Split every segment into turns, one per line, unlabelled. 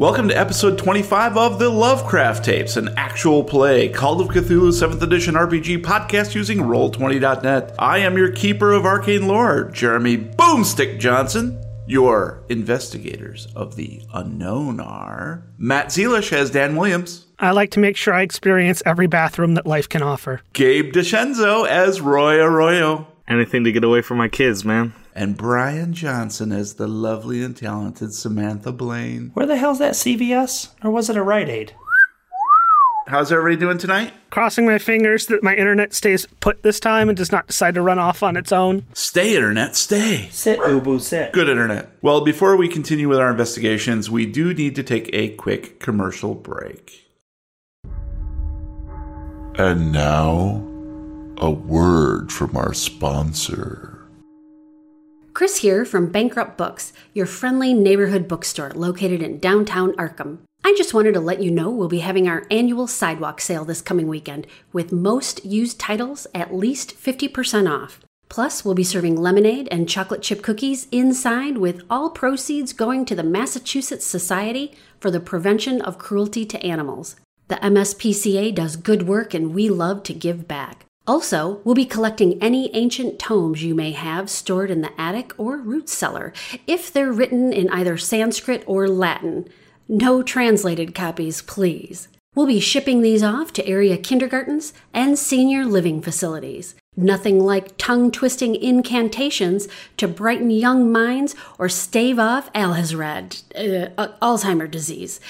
Welcome to episode 25 of The Lovecraft Tapes, an actual play Call of Cthulhu 7th edition RPG podcast using Roll20.net. I am your keeper of arcane lore, Jeremy Boomstick Johnson. Your investigators of the unknown are Matt Zelish as Dan Williams,
I like to make sure I experience every bathroom that life can offer.
Gabe DeScenzo as Roy Arroyo,
Anything to get away from my kids, man.
and Brian Johnson as the lovely and talented Samantha Blaine.
Where the hell's that CVS? Or was it a Rite Aid?
How's everybody doing tonight?
Crossing my fingers that my internet stays put this time and does not decide to run off on its own.
Stay, internet, stay.
Sit, Ubu, sit.
Good internet. Well, before we continue with our investigations, we do need to take a quick commercial break.
And now, a word from our sponsor.
Chris here from Bankrupt Books, your friendly neighborhood bookstore located in downtown Arkham. I just wanted to let you know we'll be having our annual sidewalk sale this coming weekend with most used titles at least 50% off. Plus, we'll be serving lemonade and chocolate chip cookies inside with all proceeds going to the Massachusetts Society for the Prevention of Cruelty to Animals. The MSPCA does good work and we love to give back. Also, we'll be collecting any ancient tomes you may have stored in the attic or root cellar if they're written in either Sanskrit or Latin. No translated copies, please. We'll be shipping these off to area kindergartens and senior living facilities. Nothing like tongue twisting incantations to brighten young minds or stave off Alhazred, uh, Alzheimer disease.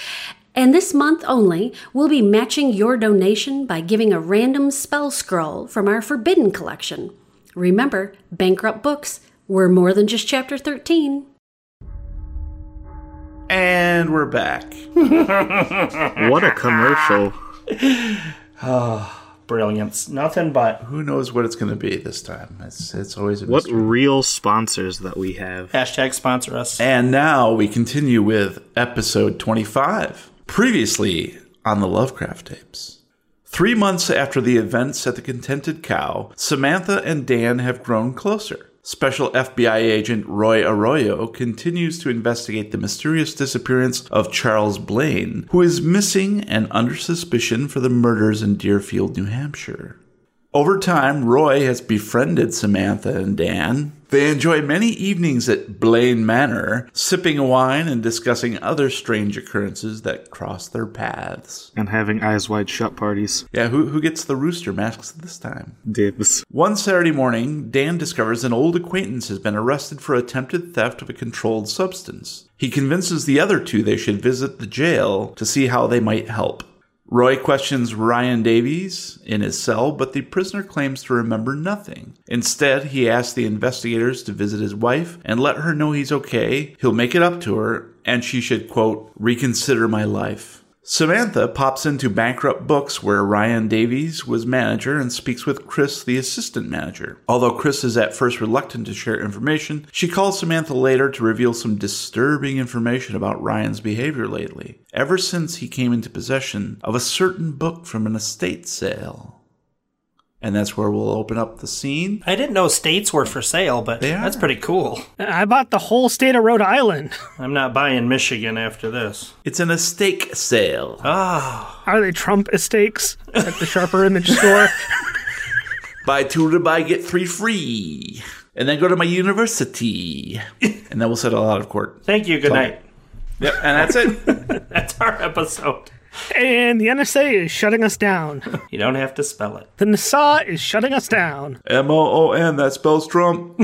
And this month only, we'll be matching your donation by giving a random spell scroll from our Forbidden collection. Remember, bankrupt books, we're more than just chapter 13.
And we're back.
What a commercial.
Brilliance. Nothing but
Who knows what it's going to be this time? It's, it's always a
What
mystery.
real sponsors that we have.
hashtag sponsor us.
And now we continue with episode 25. Previously on the Lovecraft tapes. Three months after the events at the Contented Cow, Samantha and Dan have grown closer. Special FBI agent Roy Arroyo continues to investigate the mysterious disappearance of Charles Blaine, who is missing and under suspicion for the murders in Deerfield, New Hampshire. Over time, Roy has befriended Samantha and Dan. They enjoy many evenings at Blaine Manor, sipping wine and discussing other strange occurrences that cross their paths.
And having eyes wide shut parties.
Yeah, who, who gets the rooster masks this time?
Dibs.
One Saturday morning, Dan discovers an old acquaintance has been arrested for attempted theft of a controlled substance. He convinces the other two they should visit the jail to see how they might help. Roy questions Ryan Davies in his cell, but the prisoner claims to remember nothing. Instead, he asks the investigators to visit his wife and let her know he's okay, he'll make it up to her, and she should, quote, reconsider my life. Samantha pops into Bankrupt Books, where Ryan Davies was manager, and speaks with Chris, the assistant manager. Although Chris is at first reluctant to share information, she calls Samantha later to reveal some disturbing information about Ryan's behavior lately, ever since he came into possession of a certain book from an estate sale. And that's where we'll open up the scene.
I didn't know states were for sale, but
They are.
that's pretty cool.
I bought the whole state of Rhode Island.
I'm not buying Michigan after this.
It's an estate sale.
Ah,
Are they Trump estates at the Sharper Image store?
Buy two to buy, get three free. And then go to my university. and then we'll settle out of court.
thank you. Good
Sorry.
night.
Yep, and that's it.
That's our episode.
And the NSA is shutting us down.
You don't have to spell it.
The NSA is shutting us down.
M O O N, that spells Trump.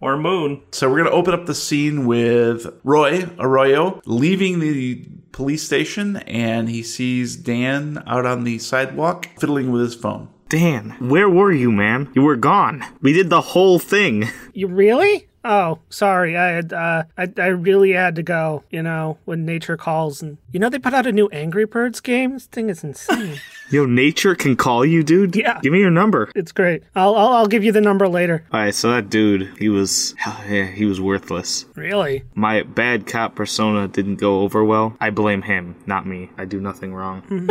Or Moon.
So we're going to open up the scene with Roy Arroyo leaving the police station and he sees Dan out on the sidewalk fiddling with his phone.
Dan, where were you, man? You were gone. We did the whole thing.
You really? Oh, sorry. I had uh, I, I really had to go. You know when nature calls, and you know they put out a new Angry Birds game. This thing is insane.
Yo, nature can call you, dude?
Yeah.
Give me your number.
it's great. I'll, I'll I'll give you the number later.
Alright, so that dude, he was. Yeah, he was worthless.
Really?
My bad cop persona didn't go over well. I blame him, not me. I do nothing wrong.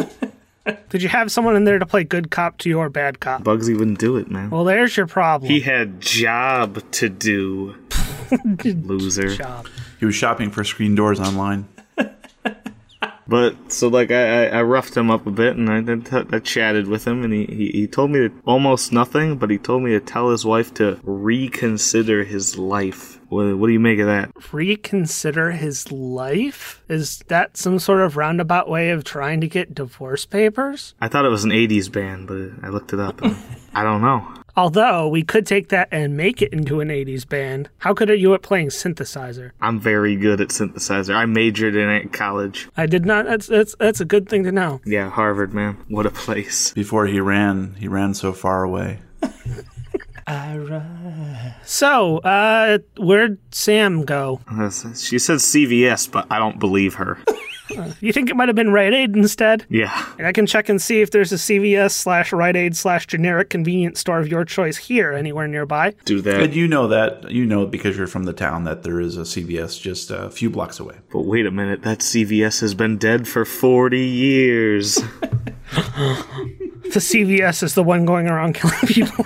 Did you have someone in there to play good cop to your bad cop?
Bugsy wouldn't do it, man.
Well, there's your problem.
He had job to do. Loser.
Job.
He was shopping for screen doors online.
But so like I, I, I roughed him up a bit and I, did t- I chatted with him and he, he, he told me to, almost nothing, but he told me to tell his wife to reconsider his life. What, what do you make of that?
Reconsider his life? Is that some sort of roundabout way of trying to get divorce papers?
I thought it was an 80s band, but I looked it up. And I don't know.
Although we could take that and make it into an 80s band. How good are you at playing synthesizer?
I'm very good at synthesizer. I majored in it at college.
I did not. That's that's that's a good thing to know.
Yeah, Harvard, man. What a place.
Before he ran, he ran so far away.
So, uh, where'd Sam go?
She said CVS, but I don't believe her.
You think it might have been Rite Aid instead?
Yeah.
And I can check and see if there's a CVS slash Rite Aid slash generic convenience store of your choice here anywhere nearby.
Do
And
that.
you know that you know because you're from the town that there is a CVS just a few blocks away.
But wait a minute, that CVS has been dead for 40 years.
The CVS is the one going around killing people.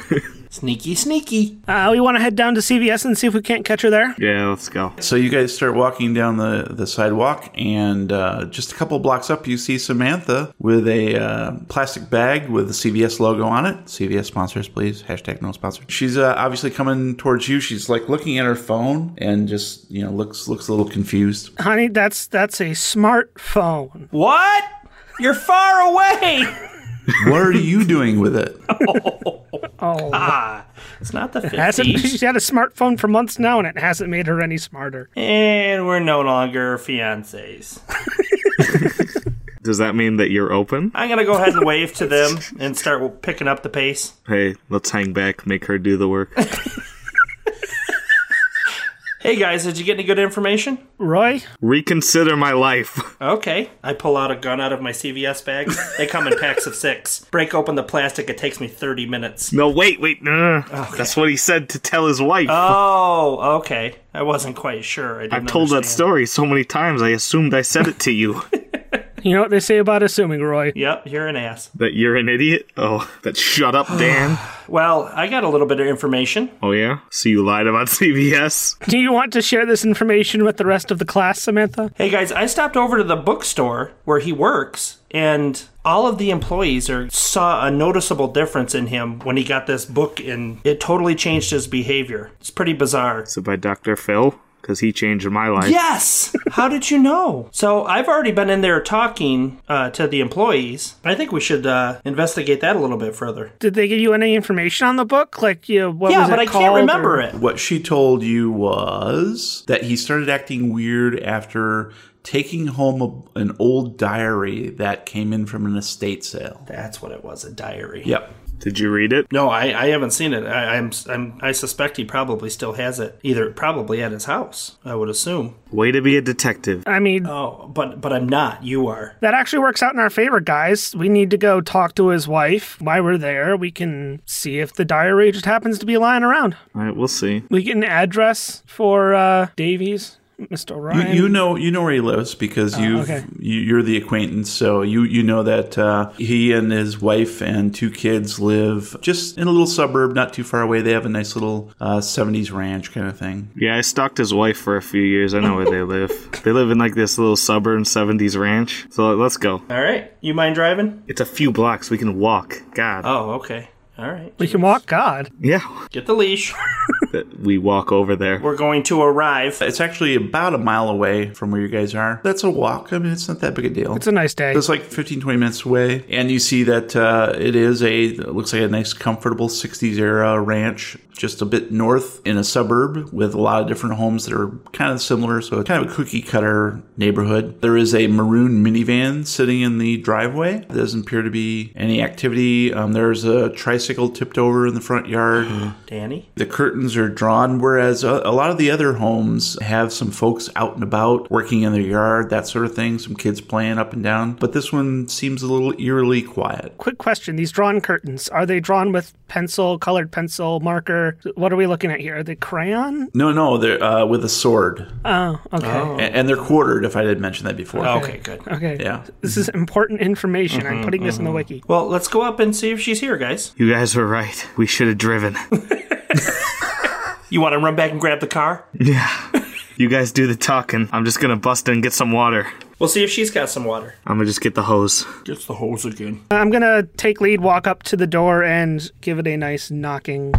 Sneaky, sneaky.
Uh, we want to head down to CVS and see if we can't catch her there.
yeah, let's go.
So you guys start walking down the, the sidewalk, and uh, just a couple blocks up, you see Samantha with a uh, plastic bag with the CVS logo on it. CVS sponsors, please. Hashtag no sponsor. She's uh, obviously coming towards you. She's like looking at her phone and just you know looks looks a little confused.
Honey, that's that's a smartphone.
What? You're far away.
What are you doing with it?
ah, it's not the
Hasn't,
50s.
she's had a smartphone for months now, and it hasn't made her any smarter.
and we're no longer fiancés.
Does that mean that you're open?
I'm going to go ahead and wave to them and start picking up the pace.
Hey, let's hang back, make her do the work.
Hey guys, did you get any good information?
Roy,
Reconsider my life.
Okay. I pull out a gun out of my CVS bag. They come in packs of six. Break open the plastic. It takes me 30 minutes.
No, wait, wait. No, no, no. That's what he said to tell his wife.
Oh, okay. I wasn't quite sure. I didn't
I've told that
understand.
story so many times, I assumed I said it to you.
you know what they say about assuming, Roy.
Yep, you're an ass.
that you're an idiot? Oh, that shut up, Dan.
Well, I got a little bit of information.
oh, yeah? So you lied about CVS?
Do you want to share this information with the rest of the class, Samantha?
Hey guys, I stopped over to the bookstore where he works, and all of the employees are saw a noticeable difference in him when he got this book, and it totally changed his behavior. It's pretty bizarre.
Is it by Dr. Phil? Because he changed my life.
Yes! How did you know? So I've already been in there talking uh, to the employees. I think we should uh, investigate that a little bit further.
Did they give you any information on the book? Like, you know, what
yeah,
was
but
it
I
called?
can't remember
or-
it.
What she told you was that he started acting weird after taking home a, an old diary that came in from an estate sale.
That's what it was—a diary.
Yep.
Did you read it?
No, I, I haven't seen it. I, I'm, I'm I suspect he probably still has it, either probably at his house. I would assume.
Way to be a detective.
I mean,
Oh, but but I'm not. You are.
that actually works out in our favor, guys. We need to go talk to his wife. While we're there, we can see if the diary just happens to be lying around.
All right, we'll see.
We get an address for uh, Davies, Mr. Ryan.
You know, you know where he lives because you've,
okay.
you you're the acquaintance. So you you know that uh, he and his wife and two kids live just in a little suburb, not too far away. They have a nice little uh, '70s ranch kind of thing.
Yeah, I stalked his wife for a few years. I know where they live. They live in like this little suburban 70s ranch. So let's go.
All right. You mind driving?
It's a few blocks. We can walk. God.
Oh, okay. All right.
we can walk God.
yeah.
Get the leash.
That we walk over there.
We're going to arrive.
It's actually about a mile away from where you guys are. That's a walk. I mean, it's not that big a deal.
It's a nice day.
It's like 15, 20 minutes away, and you see that uh, it is a it looks like a nice, comfortable 60s era ranch, just a bit north in a suburb with a lot of different homes that are kind of similar. So it's kind of a cookie cutter neighborhood. There is a maroon minivan sitting in the driveway. There doesn't appear to be any activity. Um, there's a tricycle tipped over in the front yard.
Danny.
The curtains are drawn, whereas a, a lot of the other homes have some folks out and about, working in their yard, that sort of thing, some kids playing up and down. But this one seems a little eerily quiet.
Quick question: These drawn curtains are they drawn with pencil, colored pencil, marker? What are we looking at here? Are they crayon?
No, no, they're uh, with a sword.
Oh, okay,
A- and they're quartered, if I didn't mention that before.
Okay, good.
okay.
Yeah. Mm-hmm,
This is important information. I'm putting this in the wiki.
Well, let's go up and see if she's here, guys.
You guys were right. We should have driven.
You want to run back and grab the car?
yeah. You guys do the talking. I'm just gonna bust in and get some water.
We'll see if she's got some water.
I'm gonna just get the hose.
Gets the hose again.
I'm gonna take lead, walk up to the door, and give it a nice knocking.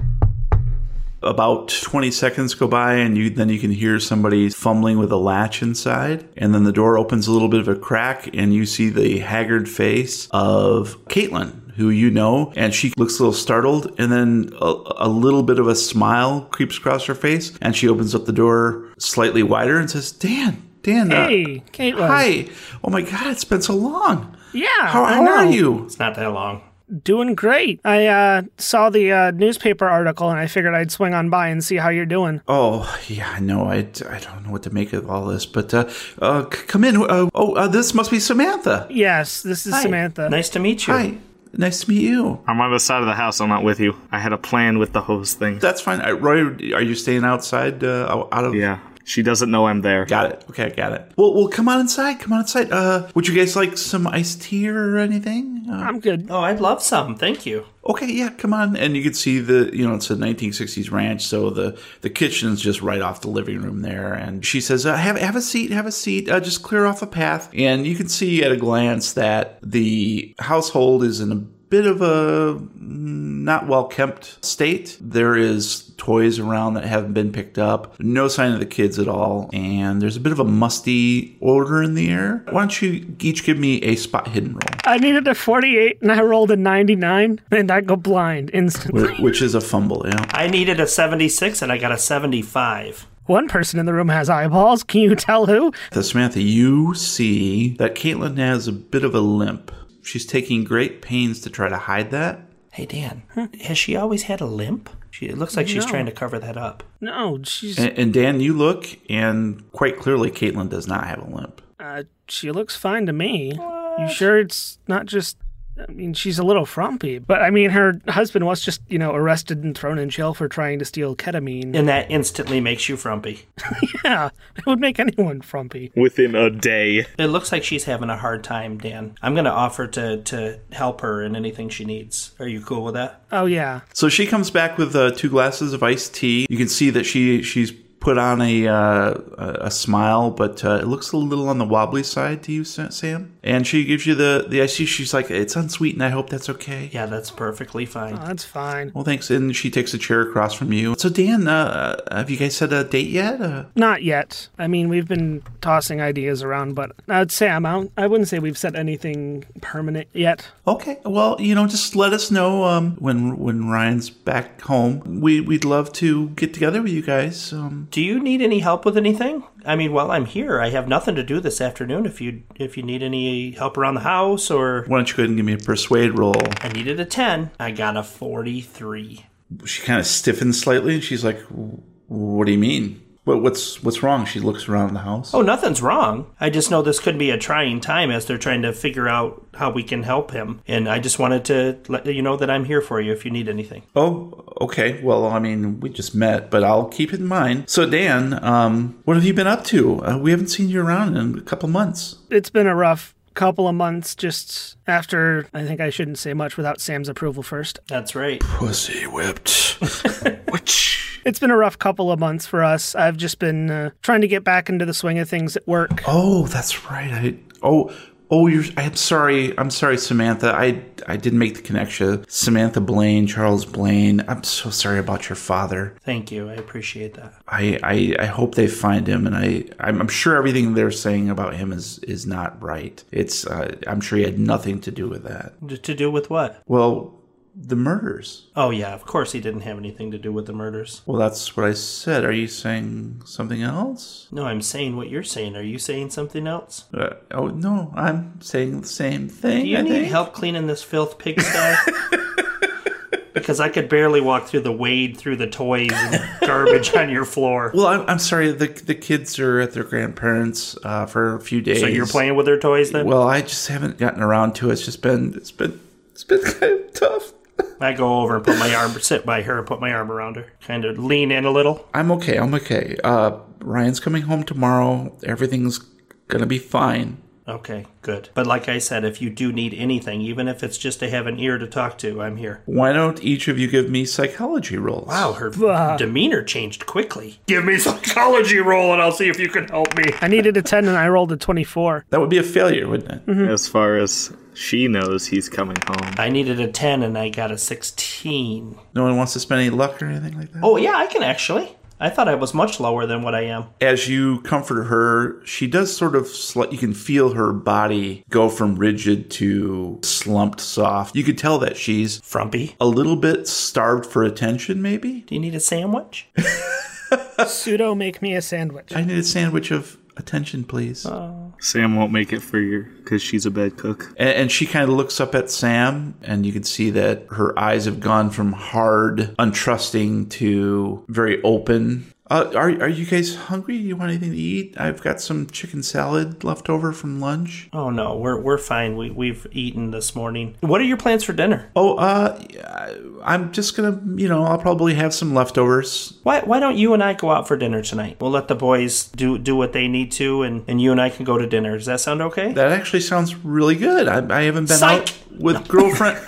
About 20 seconds go by, and you then you can hear somebody fumbling with a latch inside. And then the door opens a little bit of a crack, and you see the haggard face of Caitlin, who you know, and she looks a little startled. And then a, a little bit of a smile creeps across her face, and she opens up the door slightly wider and says, Dan, Dan, uh,
Hey, Caitlin.
hi. Oh my God, it's been so long.
Yeah.
How,
I
how are
know.
you?
It's not that long.
Doing great. I uh, saw the uh, newspaper article and I figured I'd swing on by and see how you're doing.
Oh yeah, I know. I, I don't know what to make of all this, but uh, uh, c- come in. Uh, oh, uh, this must be Samantha.
Yes, this is
Hi.
Samantha.
Nice to meet you.
Hi, nice to meet you.
I'm on the side of the house. I'm not with you. I had a plan with the hose thing.
That's fine. I, Roy, are you staying outside? Uh, out- out of
Yeah. She doesn't know I'm there.
Got it. Okay, I got it. Well, well, come on inside. Come on inside. Uh, would you guys like some iced tea or anything? Uh,
I'm good.
Oh, I'd love some. Thank you.
okay, yeah, come on. And you can see the, you know, it's a 1960s ranch, so the the kitchen's just right off the living room there. And she says, uh, "Have have a seat, have a seat. Uh, just clear off a path." And you can see at a glance that the household is in a bit of a mm, not well kept state. There is toys around that haven't been picked up, no sign of the kids at all, and there's a bit of a musty odor in the air. Why don't you each give me a spot hidden roll?
I needed a 48 and I rolled a 99 and I go blind instantly.
wh- Which is a fumble, yeah.
I needed a 76 and I got a 75.
One person in the room has eyeballs. Can you tell who?
So, Samantha, you see that Caitlin has a bit of a limp. She's taking great pains to try to hide that.
Hey, Dan, has she always had a limp? She, it looks like she's trying to cover that up.
No, she's
And, and Dan, you look, and quite clearly, Caitlin does not have a limp.
uh, she looks fine to me. You sure it's not just? I mean, she's a little frumpy, but I mean, her husband was just you know arrested and thrown in jail for trying to steal ketamine.
And that instantly makes you frumpy.
Yeah, it would make anyone frumpy.
Within a day.
It looks like she's having a hard time, Dan. I'm going to offer to, to help her in anything she needs. Are you cool with that?
Oh yeah,
So she comes back with uh, two glasses of iced tea. You can see that she she's put on a uh, a a smile, but uh, it looks a little on the wobbly side to you, Sa- Sam. And she gives you the the iced tea. She's like, "It's unsweetened. I hope that's okay."
Yeah, that's perfectly fine.
oh, that's fine.
Well, thanks. And she takes a chair across from you. So, Dan, uh, have you guys set a date yet? Uh,
Not yet. I mean, we've been tossing ideas around, but I'd say I'm out. I wouldn't say we've said anything permanent yet.
Okay. Well, you know, just let us know um, when when Ryan's back home. We we'd love to get together with you guys. Um,
Do you need any help with anything? I mean, while I'm here, I have nothing to do this afternoon. If you if you need any help around the house or
why don't you go ahead and give me a persuade roll?
I needed a 10, I got a 43.
She kind of stiffens slightly, and she's like, "What do you mean? What, what's what's wrong?" She looks around the house.
Oh, nothing's wrong. I just know this could be a trying time as they're trying to figure out how we can help him. And I just wanted to let you know that I'm here for you if you need anything.
Oh, okay. Well, I mean, we just met, but I'll keep it in mind. So, Dan, um, what have you been up to? Uh, we haven't seen you around in a couple months.
It's been a rough couple of months just after I think I shouldn't say much without Sam's approval first.
That's right.
Pussy whipped.
It's been a rough couple of months for us. I've just been uh, trying to get back into the swing of things at work.
Oh, that's right. I oh oh you're I'm sorry. I'm sorry, Samantha. I I didn't make the connection. Samantha Blaine, Charles Blaine. I'm so sorry about your father.
Thank you. I appreciate that.
I I, I hope they find him and I I'm, I'm sure everything they're saying about him is is not right. It's uh, I'm sure he had nothing to do with that.
D- to do with what?
Well, the murders.
Oh, yeah, of course he didn't have anything to do with the murders.
Well, that's what I said. Are you saying something else?
No, I'm saying what you're saying. Are you saying something else?
Uh, oh no, I'm saying the same thing.
Do you
I
need
think.
help cleaning this filth pigsty? because I could barely walk through the wade through the toys and garbage on your floor.
Well, I'm, I'm sorry. The the kids are at their grandparents uh, for a few days.
So you're playing with their toys then?
Well, I just haven't gotten around to it. It's just been it's been it's been kind of tough.
I go over and put my arm, sit by her and put my arm around her, kind of lean in a little.
I'm okay. I'm okay. Uh, Ryan's coming home tomorrow. Everything's gonna be fine.
Okay, good. But like I said, if you do need anything, even if it's just to have an ear to talk to, I'm here.
Why don't each of you give me psychology rolls?
Wow, her demeanor changed quickly. Give me psychology roll and I'll see if you can help me.
I needed a 10 and I rolled a 24.
That would be a failure, wouldn't
Mm-hmm.
it?
As far as she knows, he's coming home.
I needed a 10 and I got a 16.
No one wants to spend any luck or anything like that?
Oh, yeah, I can actually. I thought I was much lower than what I am.
As you comfort her, she does sort of, sl- you can feel her body go from rigid to slumped soft. You could tell that she's
Frumpy.
a little bit starved for attention, maybe?
Do you need a sandwich?
Pseudo make me a sandwich.
I need a sandwich of attention, please.
Sam won't make it for you because she's a bad cook.
And, and she kind of looks up at Sam, and you can see that her eyes have gone from hard, untrusting to very open. Uh, are are you guys hungry? You want anything to eat? I've got some chicken salad left over from lunch.
Oh no, we're we're fine. We we've eaten this morning. What are your plans for dinner?
Oh, uh, yeah, I'm just gonna, you know, I'll probably have some leftovers.
Why why don't you and I go out for dinner tonight? We'll let the boys do do what they need to, and and you and I can go to dinner. Does that sound okay?
That actually sounds really good. I, I haven't been
Psych!
out with girlfriend.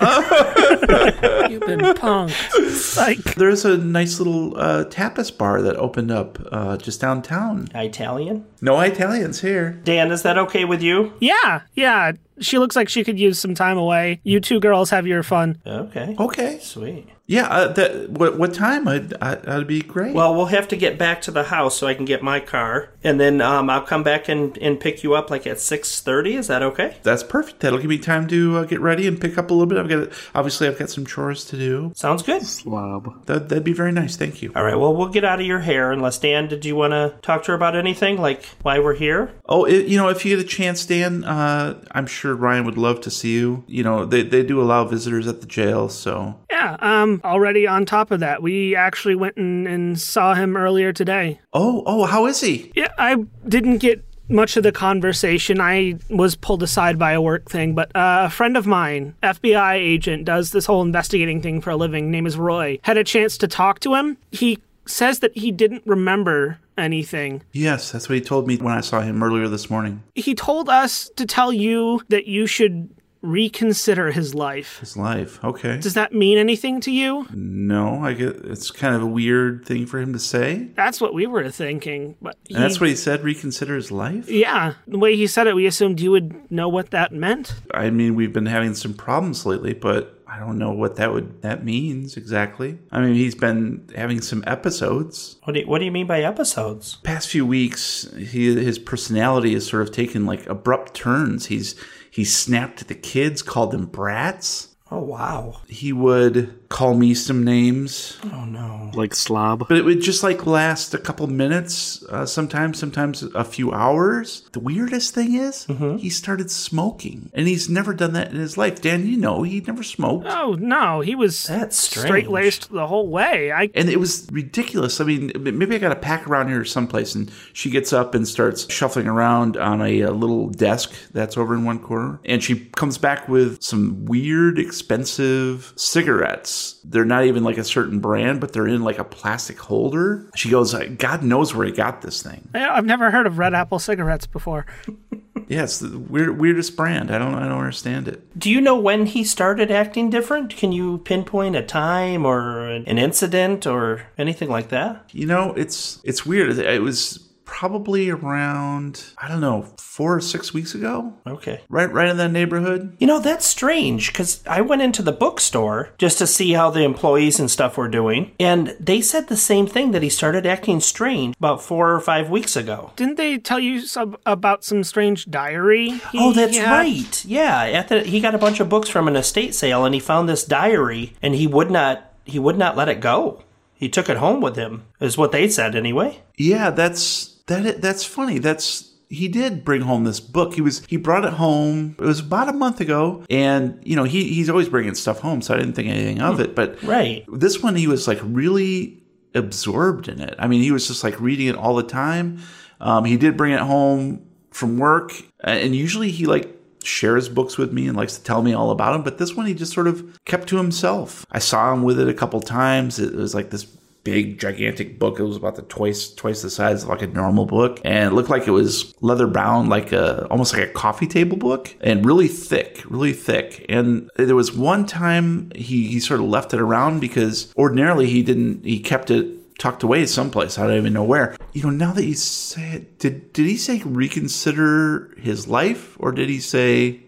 You've been punked. Like,
There's a nice little uh, tapas bar that opened up uh, just downtown.
Italian.
No Italians here.
Dan, is that okay with you?
yeah, yeah. She looks like she could use some time away. You two girls have your fun.
Okay.
Okay.
Sweet.
Yeah. Uh, that, what, what time? I'd, I, that'd be great.
Well, we'll have to get back to the house so I can get my car, and then um, I'll come back and, and pick you up like at six thirty. Is that okay?
that's perfect. That'll give me time to uh, get ready and pick up a little bit. I've got obviously I've got some chores to do.
Sounds good.
Slob.
That, that'd be very nice. Thank you.
All right. Well, we'll get out of your hair. Unless Dan, did you want to talk to her about anything, like why we're here?
Oh, i you know, if you get a chance, Dan, uh, I'm sure Ryan would love to see you. You know, they, they do allow visitors at the jail, so
Yeah, um, already on top of that, we actually went and, and saw him earlier today.
oh, oh, how is he?
Yeah, I didn't get much of the conversation. I was pulled aside by a work thing, but uh, a friend of mine, FBI agent, does this whole investigating thing for a living. Name is Roy. Had a chance to talk to him. He says that he didn't remember anything.
Yes, that's what he told me when I saw him earlier this morning.
He told us to tell you that you should reconsider his life.
His life. Okay.
Does that mean anything to you?
No, I get it's kind of a weird thing for him to say.
That's what we were thinking, but he,
And that's what he said, reconsider his life?
yeah, the way he said it, we assumed you would know what that meant.
I mean, we've been having some problems lately, but I don't know what that would that means exactly. I mean, he's been having some episodes.
What do you, What do you mean by episodes?
Past few weeks, he, his personality has sort of taken like abrupt turns. He's he snapped at the kids, called them brats.
Oh wow.
He would call me some names.
Oh no.
Like slob.
but it would just like last a couple minutes uh, sometimes sometimes a few hours the weirdest thing is he started smoking and he's never done that in his life dan you know he never smoked
Oh no, he was
That's strange.
straight laced the whole way. I
and it was ridiculous. I mean, m- maybe I got a pack around here someplace. And she gets up and starts shuffling around on a, uh little desk that's over in one corner. And she comes back with some weird, expensive cigarettes. They're not even like a certain brand, but they're in like a plastic holder. She goes, uh, God knows where he got this thing.
I've never heard of red apple cigarettes before.
Yeah, it's the weird, weirdest brand. I don't, I don't understand it.
Do you know when he started acting different? Can you pinpoint a time or an an incident or anything like that?
You know, it's it's weird. It was probably around I don't know four or six weeks ago.
Okay.
Right, right in that neighborhood.
You know, that's strange because I went into the bookstore just to see how the employees and stuff were doing, and they said the same thing that he started acting strange about four or five weeks ago.
Didn't they tell you some, about some strange diary? he
Oh, that's
had?
right. Yeah, at the, he got a bunch of books from an estate sale, and he found this diary, and he would not he would not let it go. He took it home with him, is what they said anyway.
Yeah, that's that. That's funny. That's he did bring home this book. He was he brought it home. It was about a month ago, and you know he he's always bringing stuff home, so I didn't think anything of it. But
Right.
this one, he was like really absorbed in it. I mean, he was just like reading it all the time. Um, he did bring it home from work, and usually he like shares books with me and likes to tell me all about them. But this one, he just sort of kept to himself. I saw him with it a couple times. It was like this big, gigantic book. It was about the twice twice the size of like a normal book, and it looked like it was leather bound, like a almost like a coffee table book, and really thick, really thick. And there was one time he he sort of left it around because ordinarily he didn't he kept it tucked away someplace. I don't even know where. You know, now that you say it, did did he say reconsider his life or did he say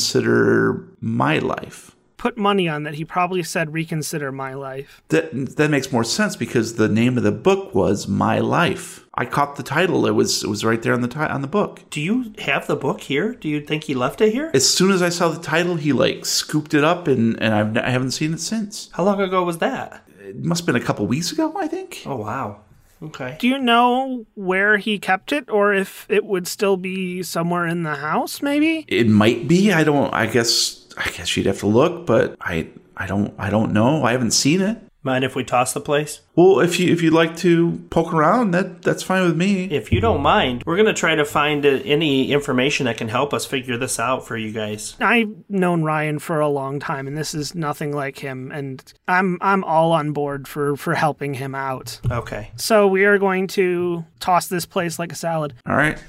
reconsider my life?
Put money on that. He probably said reconsider my life.
That that makes more sense because the name of the book was My Life. I caught the title. It was it was right there on the ti- on the book.
Do you have the book here? Do you think he left it here?
As soon as I saw the title, he like scooped it up and and I've, n- I haven't seen it since.
How long ago was that?
It must have been a couple weeks ago, I think.
Oh wow. Okay.
Do you know where he kept it or if it would still be somewhere in the house, maybe?
It might be. I don't. I guess. I guess you'd have to look, but I. I don't. I don't know. I haven't seen it.
Mind if we toss the place?
Well, if you if you'd like to poke around, that that's fine with me.
If you don't mind, we're going to try to find uh, any information that can help us figure this out for you guys.
I've known Ryan for a long time and this is nothing like him and I'm I'm all on board for for helping him out.
Okay.
So we are going to toss this place like a salad.
All right.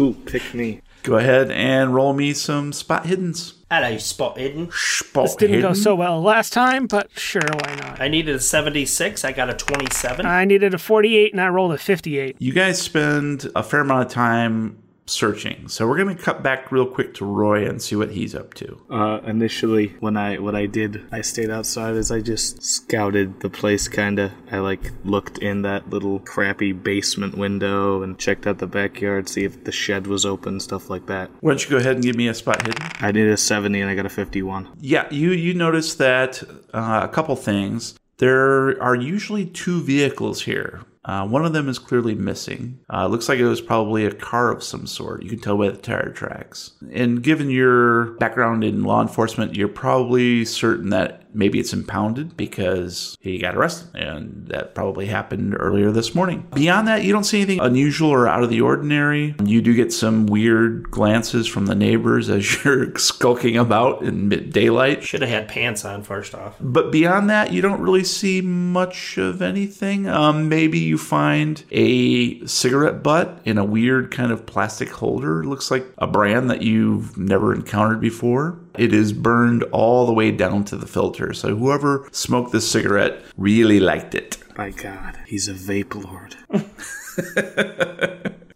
Ooh, pick me.
Go ahead and roll me some spot hiddens.
Hello, Spot Hidden.
Spot
Oh,
This didn't go
hidden?
so well last time, but sure why not.
I needed a 76. I got a 27.
I needed a 48 and I rolled a 58.
You guys spend a fair amount of time searching, so we're gonna cut back real quick to Roy and see what he's up to.
Uh, initially, when I what I did, I stayed outside as I just scouted the place. Kinda, I like looked in that little crappy basement window and checked out the backyard, see if the shed was open, stuff like that.
Why don't you go ahead and give me a spot hidden?
I did a seventy and I got a fifty-one.
Yeah, you you notice that uh, a couple things. There are usually two vehicles here. Uh, one of them is clearly missing. Uh, looks like it was probably a car of some sort. You can tell by the tire tracks. And given your background in law enforcement, you're probably certain that maybe it's impounded because he got arrested, and that probably happened earlier this morning. Beyond that, you don't see anything unusual or out of the ordinary. You do get some weird glances from the neighbors as you're skulking about in mid daylight.
Should have had pants on first off.
But beyond that, you don't really see much of anything. Um, maybe you find a cigarette butt in a weird kind of plastic holder. It looks like a brand that you've never encountered before. It is burned all the way down to the filter. So whoever smoked this cigarette really liked it.
By God, he's a vape lord.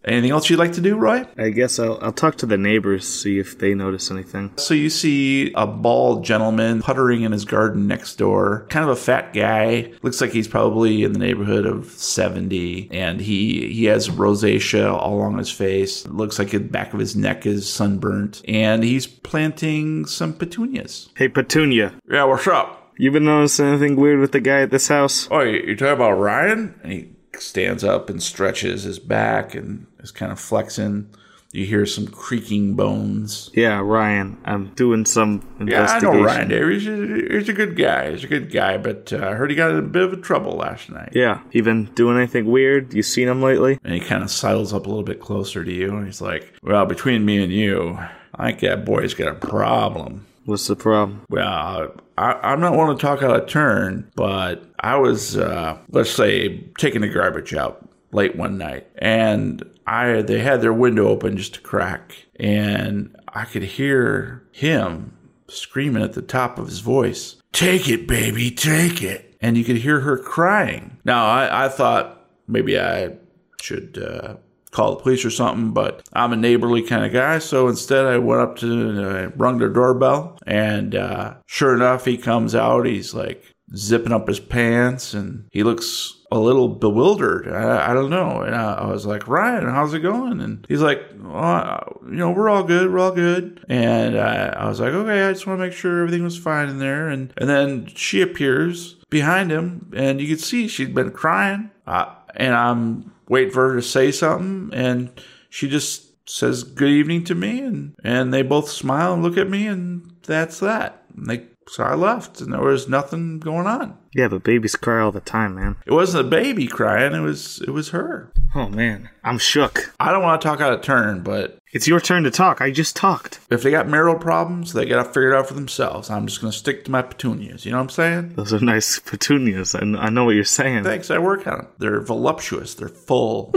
Anything else you'd like to do, Roy?
I guess I'll I'll talk to the neighbors, see if they notice anything.
So you see a bald gentleman puttering in his garden next door, kind of a fat guy. Looks like he's probably in the neighborhood of 70 and he he has rosacea all along his face. Looks like the back of his neck is sunburnt and he's planting some petunias.
Hey, Petunia,
Yeah, what's up?
you been noticing anything weird with the guy at this house?
Oh, you- you're talking about Ryan? And he stands up and stretches his back and is kind of flexing. You hear some creaking bones.
Yeah, Ryan. I'm doing some
Yeah, I
investigation.
know Ryan Dave. He's a, he's a good guy. He's a good guy, but uh, I heard he got in a bit of a trouble last night.
Yeah, he been doing anything weird? You seen him lately?
And he kind of sidles up a little bit closer to you, and he's like, "Well, between me and you, I think that boy's got a problem."
What's the problem?
Well, I, I'm not one to talk out of turn, but I was, uh, let's say, taking the garbage out late one night, and I they had their window open just a crack, and I could hear him screaming at the top of his voice, "Take it, baby, take it!" And you could hear her crying. Now, I, I thought maybe I should uh, call the police or something, but I'm a neighborly kind of guy. So instead, I went up to, I rung their doorbell, and uh, sure enough, he comes out. He's like zipping up his pants, and he looks a little bewildered. I, I don't know. And I, I was like, Ryan, how's it going? And he's like, well, you know, we're all good. We're all good. And I, I was like, okay, I just want to make sure everything was fine in there. And, and then she appears behind him, and you could see she'd been crying. I, and I'm waiting for her to say something, and she just says good evening to me, and and they both smile and look at me, and that's that. And they so I left, and there was nothing going on.
Yeah, but babies cry all the time, man.
It wasn't a baby crying; it was it was her.
Oh man, I'm shook.
I don't want to talk out of turn, but
It's your turn to talk. I just talked.
if they got marital problems, they got to figure it out for themselves. I'm just going to stick to my petunias. You know what I'm saying?
Those are nice petunias. I, kn- I know what you're saying.
Thanks, I work on them. They're voluptuous, they're full.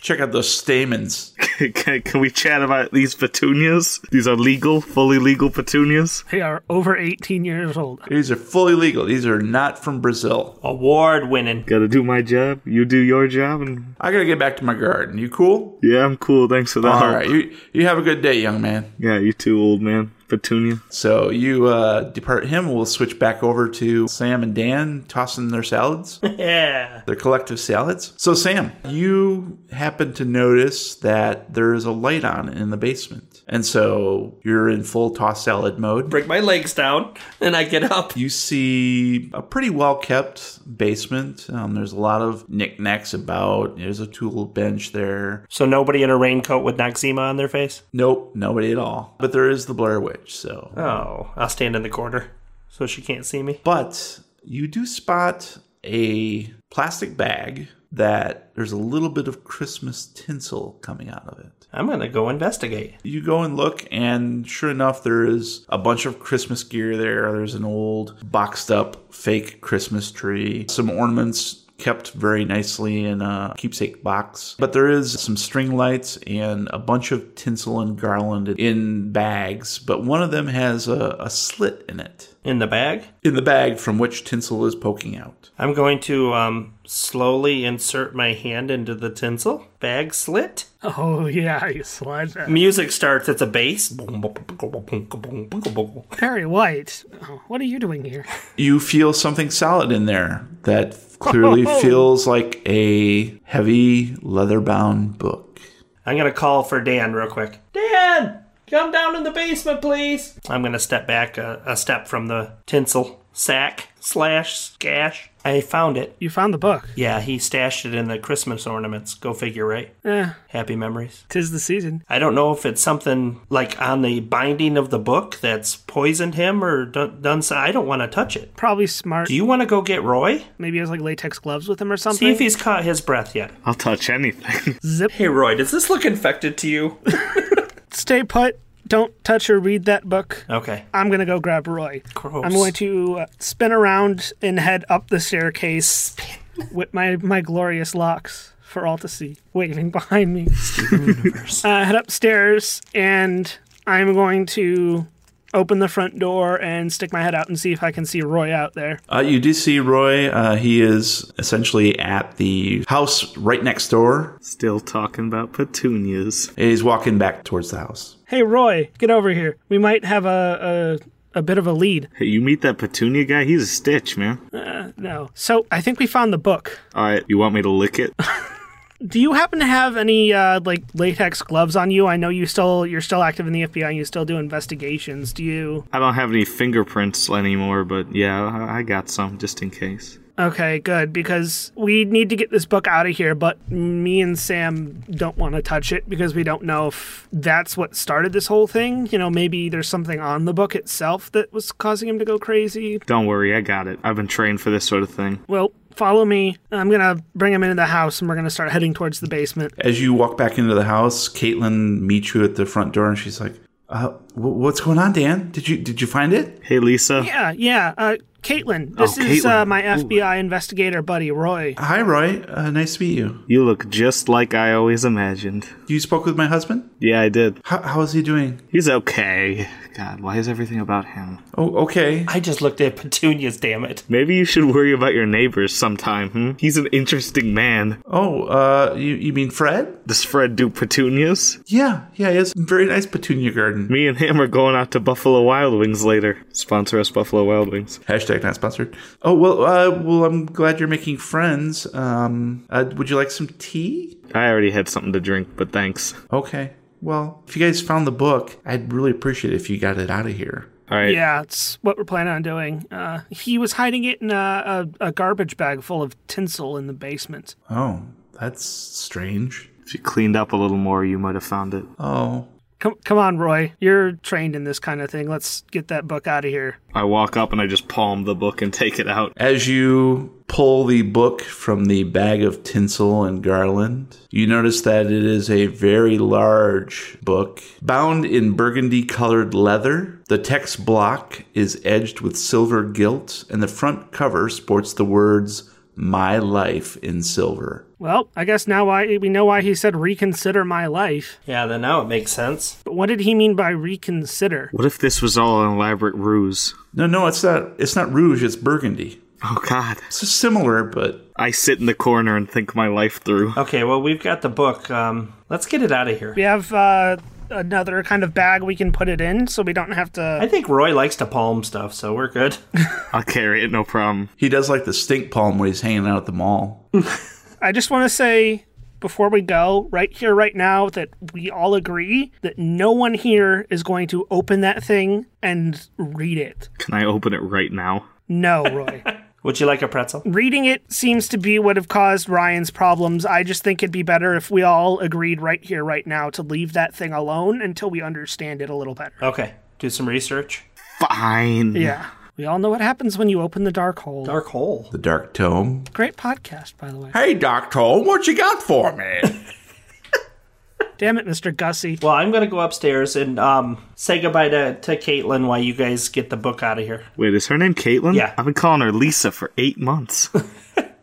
Check out those stamens.
can, can we chat about these petunias? These are legal, fully legal petunias.
They are over 18 years old.
These are fully legal. These are not from Brazil.
Award winning.
Gotta do my job. You do your job, and
I got to get back to my garden. You cool?
yeah, I'm cool. Thanks for that.
All
help.
right. You, you have a good day, young man.
Yeah, you too, old man. Petunia.
So you uh, depart him. We'll switch back over to Sam and Dan tossing their salads,
Yeah.
their collective salads. So, Sam, you happen to notice that there is a light on in the basement. And so you're in full toss salad mode.
Break my legs down and I get up.
You see a pretty well kept basement. Um, there's a lot of knickknacks about. There's a tool bench there.
So nobody in a raincoat with noxema on their face?
Nope, nobody at all. But there is the Blair Witch, so.
Oh, I'll stand in the corner so she can't see me.
But you do spot a plastic bag that there's a little bit of Christmas tinsel coming out of it.
I'm going to go investigate.
You go and look, and sure enough, there is a bunch of Christmas gear there. There's an old, boxed up, fake Christmas tree, some ornaments kept very nicely in a keepsake box. But there is some string lights and a bunch of tinsel and garland in bags, but one of them has a, a slit in it,
In the bag?
in the bag from which tinsel is poking out.
I'm going to um, slowly insert my hand into the tinsel bag slit.
Oh, yeah, you slide that.
Music starts. It's a bass. Boom, boom, boom, boom, boom, boom, boom, boom, boom.
Perry White, oh, what are you doing here?
you feel something solid in there that clearly feels like a heavy leather bound book.
I'm gonna call for Dan real quick. Dan, come down in the basement, please. I'm gonna step back a, a step from the tinsel sack slash stash. I found it.
You found the book.
Yeah, he stashed it in the Christmas ornaments. Go figure, right?
Eh,
Happy memories.
tis the season.
I don't know if it's something like on the binding of the book that's poisoned him or done. done so. I don't want to touch it.
Probably smart.
Do you want to go get Roy?
Maybe he has like latex gloves with him or something.
See if he's caught his breath yet.
I'll touch anything.
Zip.
Hey, Roy, does this look infected to you?
Stay put. Don't touch or read that book.
okay.
I'm gonna go grab Roy.
Gross.
I'm going to uh, spin around and head up the staircase with my, my glorious locks for all to see, waving behind me. uh, head upstairs, and I'm going to open the front door and stick my head out and see if I can see Roy out there.
Uh, you do see Roy. Uh, he is essentially at the house right next door.
Still talking about petunias.
He's walking back towards the house.
Hey, Roy, get over here. We might have a, a, a bit of a lead.
Hey, you meet that petunia guy? He's a stitch, man.
No. So I think we found the book.
All right, you want me to lick it?
Do you happen to have any uh, like latex gloves on you? I know you still you're still active in the FBI and you still do investigations. Do you?
I don't have any fingerprints anymore, but yeah, I I got some just in case.
Okay, good because we need to get this book out of here. But me and Sam don't want to touch it because we don't know if that's what started this whole thing. You know, maybe there's something on the book itself that was causing him to go crazy.
Don't worry, I got it. I've been trained for this sort of thing.
Well, follow me. I'm gonna bring him into the house and we're gonna start heading towards the basement.
As you walk back into the house, Caitlin meets you at the front door, and she's like, uh, wh- "What's going on, Dan? Did you did you find it?"
Hey, Lisa.
Yeah, yeah. Uh, Caitlin, this is
Caitlin.
Uh, my FBI investigator buddy, Roy.
Hi, Roy. Uh, nice to meet you.
You look just like I always imagined.
You spoke with my husband.
Yeah, I did.
How, how is he doing?
He's okay. God, why is everything about him?
Oh, okay.
I just looked at petunias, damn it.
Maybe you should worry about your neighbors sometime, hmm? He's an interesting man.
Oh, uh, you you mean Fred?
Does Fred do petunias?
Yeah, yeah, he has a very nice petunia garden.
Me and him are going out to Buffalo Wild Wings later. Sponsor us, Buffalo Wild Wings.
Hashtag not sponsored. Oh well, uh, well, I'm glad you're making friends. Um, uh, would you like some tea?
I already had something to drink, but thanks.
Okay. Well, if you guys found the book, I'd really appreciate it if you got it out of here.
All right.
Yeah, it's what we're planning on doing. Uh, he was hiding it in a, a, a garbage bag full of tinsel in the basement.
Oh, that's strange.
If you cleaned up a little more, you might have found it.
Oh,
Come, come on, Roy. You're trained in this kind of thing. Let's get that book out of here.
I walk up and I just palm the book and take it out.
As you pull the book from the bag of tinsel and garland, you notice that it is a very large book, bound in burgundy colored leather. The text block is edged with silver gilt, and the front cover sports the words, My Life in Silver.
Well, I guess now why we know why he said reconsider my life.
Yeah, then now it makes sense.
But what did he mean by reconsider?
What if this was all an elaborate ruse?
No, no, it's not. It's not rouge. It's burgundy.
Oh God!
It's similar, but
I sit in the corner and think my life through.
Okay, well, we've got the book. Um, let's get it out of here.
We have uh, another kind of bag we can put it in, so we don't have
I
to.
think Roy likes to palm stuff, so we're good.
I'll carry it, no problem.
he does like the stink palm when he's hanging out at the mall.
I just want to say before we go, right here, right now, that we all agree that no one here is going to open that thing and read it.
Can I open it right now?
No, Roy.
Would you like a pretzel?
Reading it seems to be what have caused Ryan's problems. I just think it'd be better if we all agreed right here, right now, to leave that thing alone until we understand it a little better.
Okay, do some research.
Fine.
Yeah. We all know what happens when you open the dark hole.
Dark hole.
The dark tome.
Great podcast, by the way.
Hey, dark tome, what you got for me?
Damn it, Mr. Gussie.
Well, I'm going to go upstairs and um, say goodbye to, to Caitlin while you guys get the book out of here.
Wait, is her name Caitlin?
Yeah.
I've been calling her Lisa for eight months.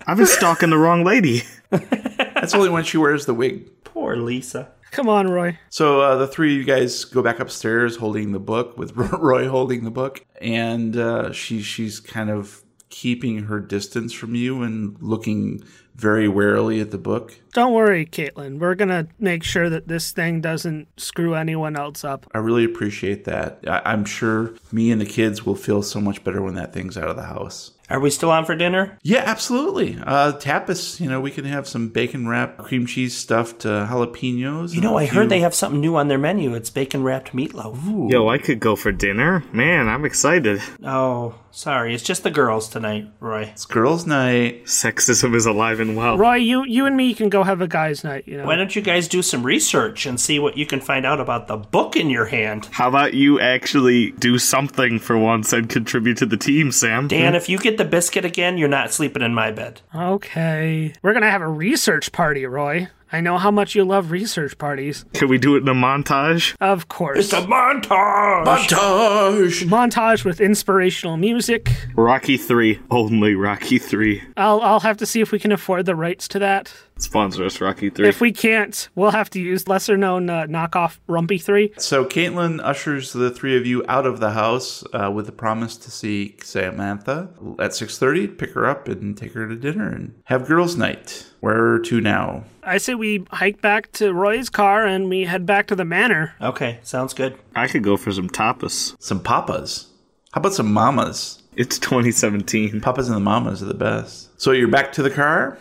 I've been stalking the wrong lady.
That's only when she wears the wig.
Poor Lisa.
Come on, Roy.
So uh, the three of you guys go back upstairs, holding the book with Roy holding the book, and uh, she she's kind of keeping her distance from you and looking very warily at the book.
Don't worry, Caitlin. We're going to make sure that this thing doesn't screw anyone else up.
I really appreciate that. I- I'm sure me and the kids will feel so much better when that thing's out of the house.
Are we still on for dinner?
Yeah, absolutely. Uh, tapas. You know, we can have some bacon wrapped cream cheese stuffed uh, jalapenos.
You know, I heard they have something new on their menu. It's bacon wrapped meatloaf.
Yo, I could go for dinner. Man, I'm excited.
Oh, sorry. It's just the girls tonight, Roy.
It's girls' night.
Sexism is alive and well.
Roy, you you and me can go have a guys' night, you know.
Why don't you guys do some research and see what you can find out about the book in your hand?
How about you actually do something for once and contribute to the team, Sam?
Dan, if you get the biscuit again, you're not sleeping in my bed.
okay. We're going to have a research party, Roy. I know how much you love research parties.
Can we do it in a montage?
Of course.
It's a montage!
Montage.
montage with inspirational music.
Rocky 3. Only Rocky 3.
I'll I'll have to see if we can afford the rights to that.
Sponsor us, Rocky 3.
If we can't, we'll have to use lesser known uh, knockoff Rumpy 3.
So Caitlin ushers the three of you out of the house uh, with the promise to see Samantha at six thirty. Pick her up and take her to dinner and have girls' night. Where to now?
I say we hike back to Roy's car and we head back to the manor.
Okay, sounds good.
I could go for some tapas.
Some papas. How about some mamas?
It's 2017.
Papas and the mamas are the best. So you're back to the car.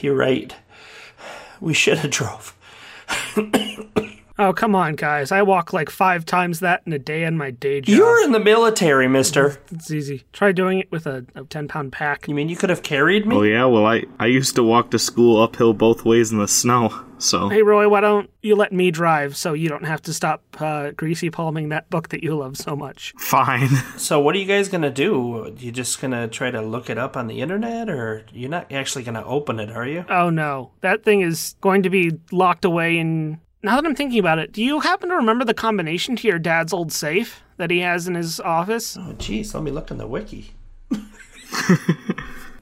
You're right. We should have drove.
Oh, come on, guys. I walk like five times that in a day on my day job.
You're in the military, mister.
It's easy. Try doing it with a, a 10 pound pack.
You mean you could have carried me?
Oh, yeah, well, I, I used to walk to school uphill both ways in the snow, so.
Hey, Roy, why don't you let me drive so you don't have to stop uh, greasy palming that book that you love so much?
Fine.
So what are you guys gonna do? You just gonna try to look it up on the internet, or you're not actually gonna open it, are you?
Oh, no. That thing is going to be locked away in. Now that I'm thinking about it, do you happen to remember the combination to your dad's old safe that he has in his office?
Oh, jeez, let me look in the wiki.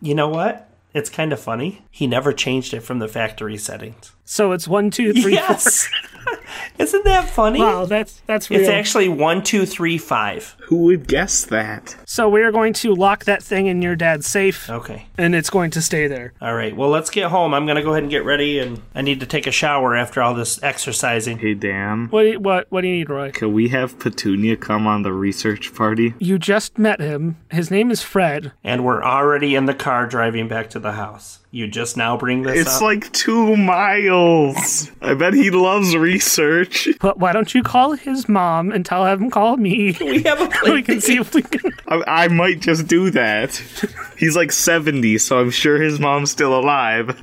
you know what? It's kind of funny. He never changed it from the factory settings.
So it's one, two, three, four.
yes, isn't that funny?
Wow, that's that's real.
It's actually one, two, three, five.
Who would guess that?
so we are going to lock that thing in your dad's safe,
Okay.
and it's going to stay there.
All right. Well, let's get home. I'm gonna go ahead and get ready, and I need to take a shower after all this exercising.
Hey, Dan.
What do you, what what do you need, Roy?
Can we have Petunia come on the research party?
You just met him. His name is Fred.
And we're already in the car driving back to the house. You just now bring this
It's
up.
like two miles. I bet he loves research.
But why don't you call his mom and tell him call me?
we have a play
we can see if we can.
I, I might just do that. He's like 70, so I'm sure his mom's still alive.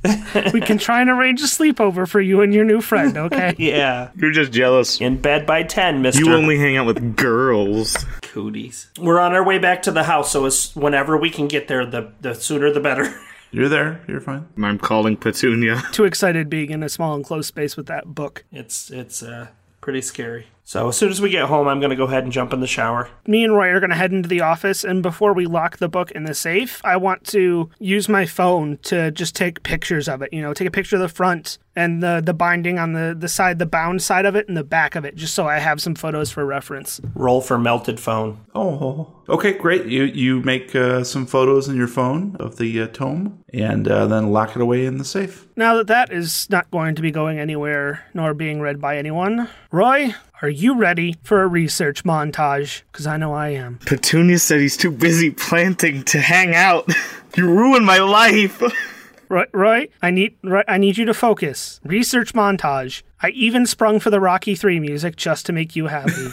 We can try and arrange a sleepover for you and your new friend. Okay.
Yeah.
You're just jealous.
In bed by 10, Mr.
You only hang out with girls.
Cooties. We're on our way back to the house, so as whenever we can get there, the, the sooner the better.
You're there. You're fine.
I'm calling Petunia.
Too excited being in a small enclosed space with that book.
It's it's uh, pretty scary. So as soon as we get home, I'm gonna go ahead and jump in the shower.
Me and Roy are going to head into the office, and before we lock the book in the safe, I want to use my phone to just take pictures of it. You know, take a picture of the front and the the binding on the the side, the bound side of it, and the back of it, just so I have some photos for reference.
Roll for melted phone.
Oh, okay, great. You you make uh, some photos in your phone of the uh, tome, and uh, then lock it away in the safe.
Now that that is not going to be going anywhere nor being read by anyone, Roy, are you ready for a research montage? Because I know I am.
Petunia said he's too busy planting to hang out. You ruined my life.
Roy, Roy I need Roy, I need you to focus. Research montage. I even sprung for the Rocky 3 music just to make you happy.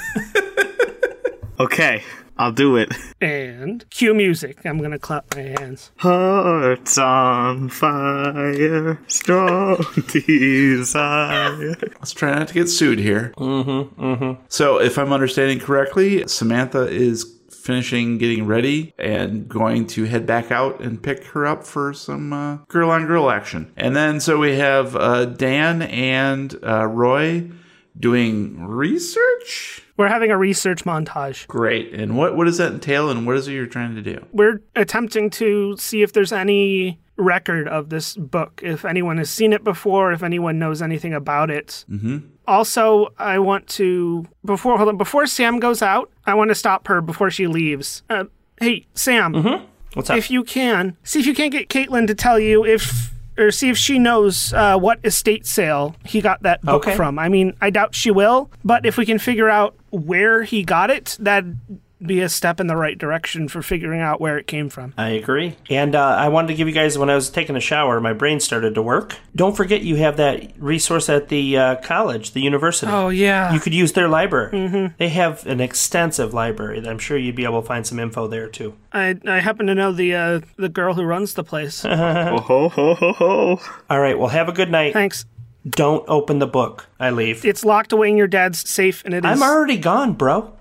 Okay, I'll do it.
and cue music. I'm going to clap my hands.
Hearts on fire, strong desire.
Let's try not to get sued here. Mm-hmm, mm-hmm. So, if I'm understanding correctly, Samantha is finishing getting ready and going to head back out and pick her up for some uh, girl-on-girl action. And then, so we have uh, Dan and uh, Roy doing research.
We're having a research montage.
Great. And what what does that entail? And what is it you're trying to do?
We're attempting to see if there's any record of this book, if anyone has seen it before, if anyone knows anything about it. Mm-hmm. Also, I want to before hold on, before Sam goes out, I want to stop her before she leaves. Uh, hey, Sam.
What's up?
if you can see if you can't get caitlin to tell you if or see if she knows uh, what estate sale he got that book
Okay.
from i mean i doubt she will but if we can figure out where he got it that'd be a step in the right direction for figuring out where it came from
I agree. And uh, I wanted to give you guys, when I was taking a shower, my brain started to work. Don't forget you have that resource at the uh, college, the university.
Oh, yeah
You could use their library. Mm-hmm. They have an extensive library. and I'm sure you'd be able to find some info there too.
I, I happen to know the uh, the girl who runs the place
Uh-huh.
Oh, ho, ho, ho, ho.
All right. Well, have a good night.
thanks
Don't open the book. I leave.
it's locked away in your dad's safe and it is
I'm already gone, bro.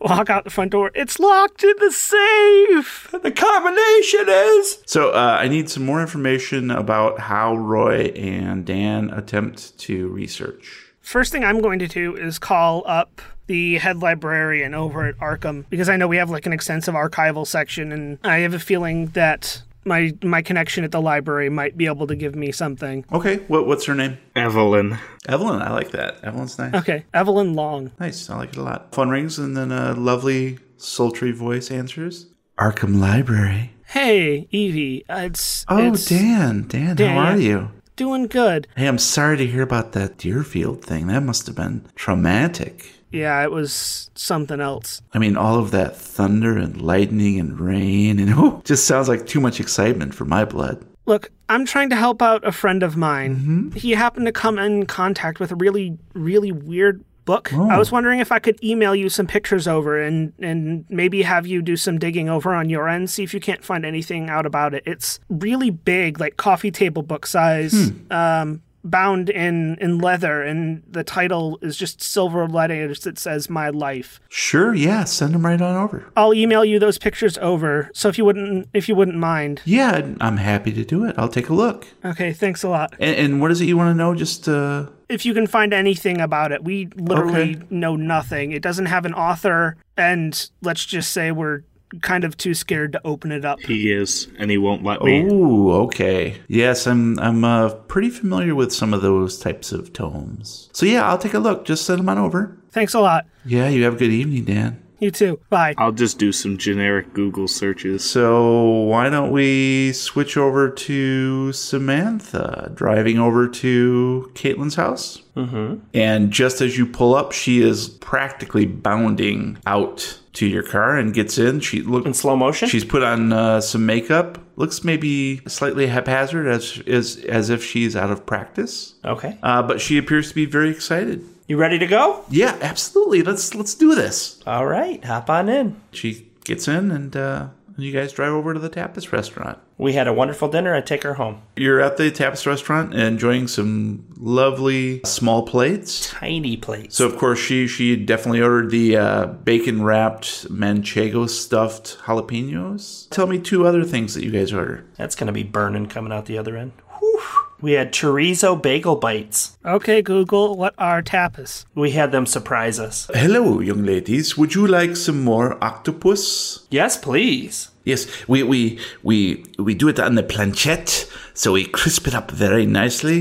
walk out the front door it's locked in the safe
the combination is.
So uh, I need some more information about how Roy and Dan attempt to research.
First thing I'm going to do is call up the head librarian over at Arkham because I know we have like an extensive archival section, and I have a feeling that my my connection at the library might be able to give me something.
Okay, what what's her name?
Evelyn.
Evelyn. I like that. Evelyn's nice.
Okay, Evelyn Long.
Nice. I like it a lot. Phone rings and then a lovely, sultry voice answers. Arkham Library.
Hey, Evie. Uh, It's
Oh,
it's
Dan. Dan,
Dan,
how are
yeah.
you?
doing good.
Hey, I'm sorry to hear about that Deerfield thing. That must have been traumatic.
Yeah, it was something else.
I mean, all of that thunder and lightning and rain and oh, just sounds like too much excitement for my blood.
Look, I'm trying to help out a friend of mine. He happened to come in contact with a really, really weird book. I was wondering if I could email you some pictures over and, and maybe have you do some digging over on your end, see if you can't find anything out about it. It's really big, like coffee table book size. Um bound in in leather and the title is just silver letters that says my life
Sure, yeah, send him right on over.
i'll email you those pictures over so if you wouldn't if you wouldn't mind
Yeah, I'd- I'm happy to do it. I'll take a look.
okay thanks a lot
And, and what is it you want to know? Just uh,
if you can find anything about it. We literally
Okay.
know nothing. It doesn't have an author, and let's just say we're kind of too scared to open it up.
He is, and he won't let Oh, me.
ooh, okay. Yes, I'm I'm uh, pretty familiar with some of those types of tomes. So yeah, I'll take a look. Just send them on over.
Thanks a lot.
Yeah, you have a good evening, Dan.
You too. Bye.
I'll just do some generic Google searches.
So why don't we switch over to Samantha driving over to Caitlin's house? Mm-hmm. And just as you pull up, she is practically bounding out to your car and gets in. She
in
looks.
slow motion.
She's put on uh, some makeup. Looks maybe slightly haphazard, as as as if she's out of practice.
okay.
Uh, but she appears to be very excited.
You ready to go?
Yeah, absolutely. Let's let's do this.
All right. Hop on in.
she gets in and uh, you guys drive over to the tapas restaurant
We had a wonderful dinner. I take her home.
you're at the tapas restaurant enjoying some lovely small plates
Tiny plates.
so of course she she definitely ordered the uh, bacon wrapped manchego stuffed jalapenos tell me two other things that you guys order
That's gonna be burning coming out the other end. Whew. We had chorizo bagel bites.
Okay, Google, what are tapas?
We had them surprise us.
hello young ladies would you like some more octopus
Yes, please.
yes we we we we do it on the planchette so we crisp it up very nicely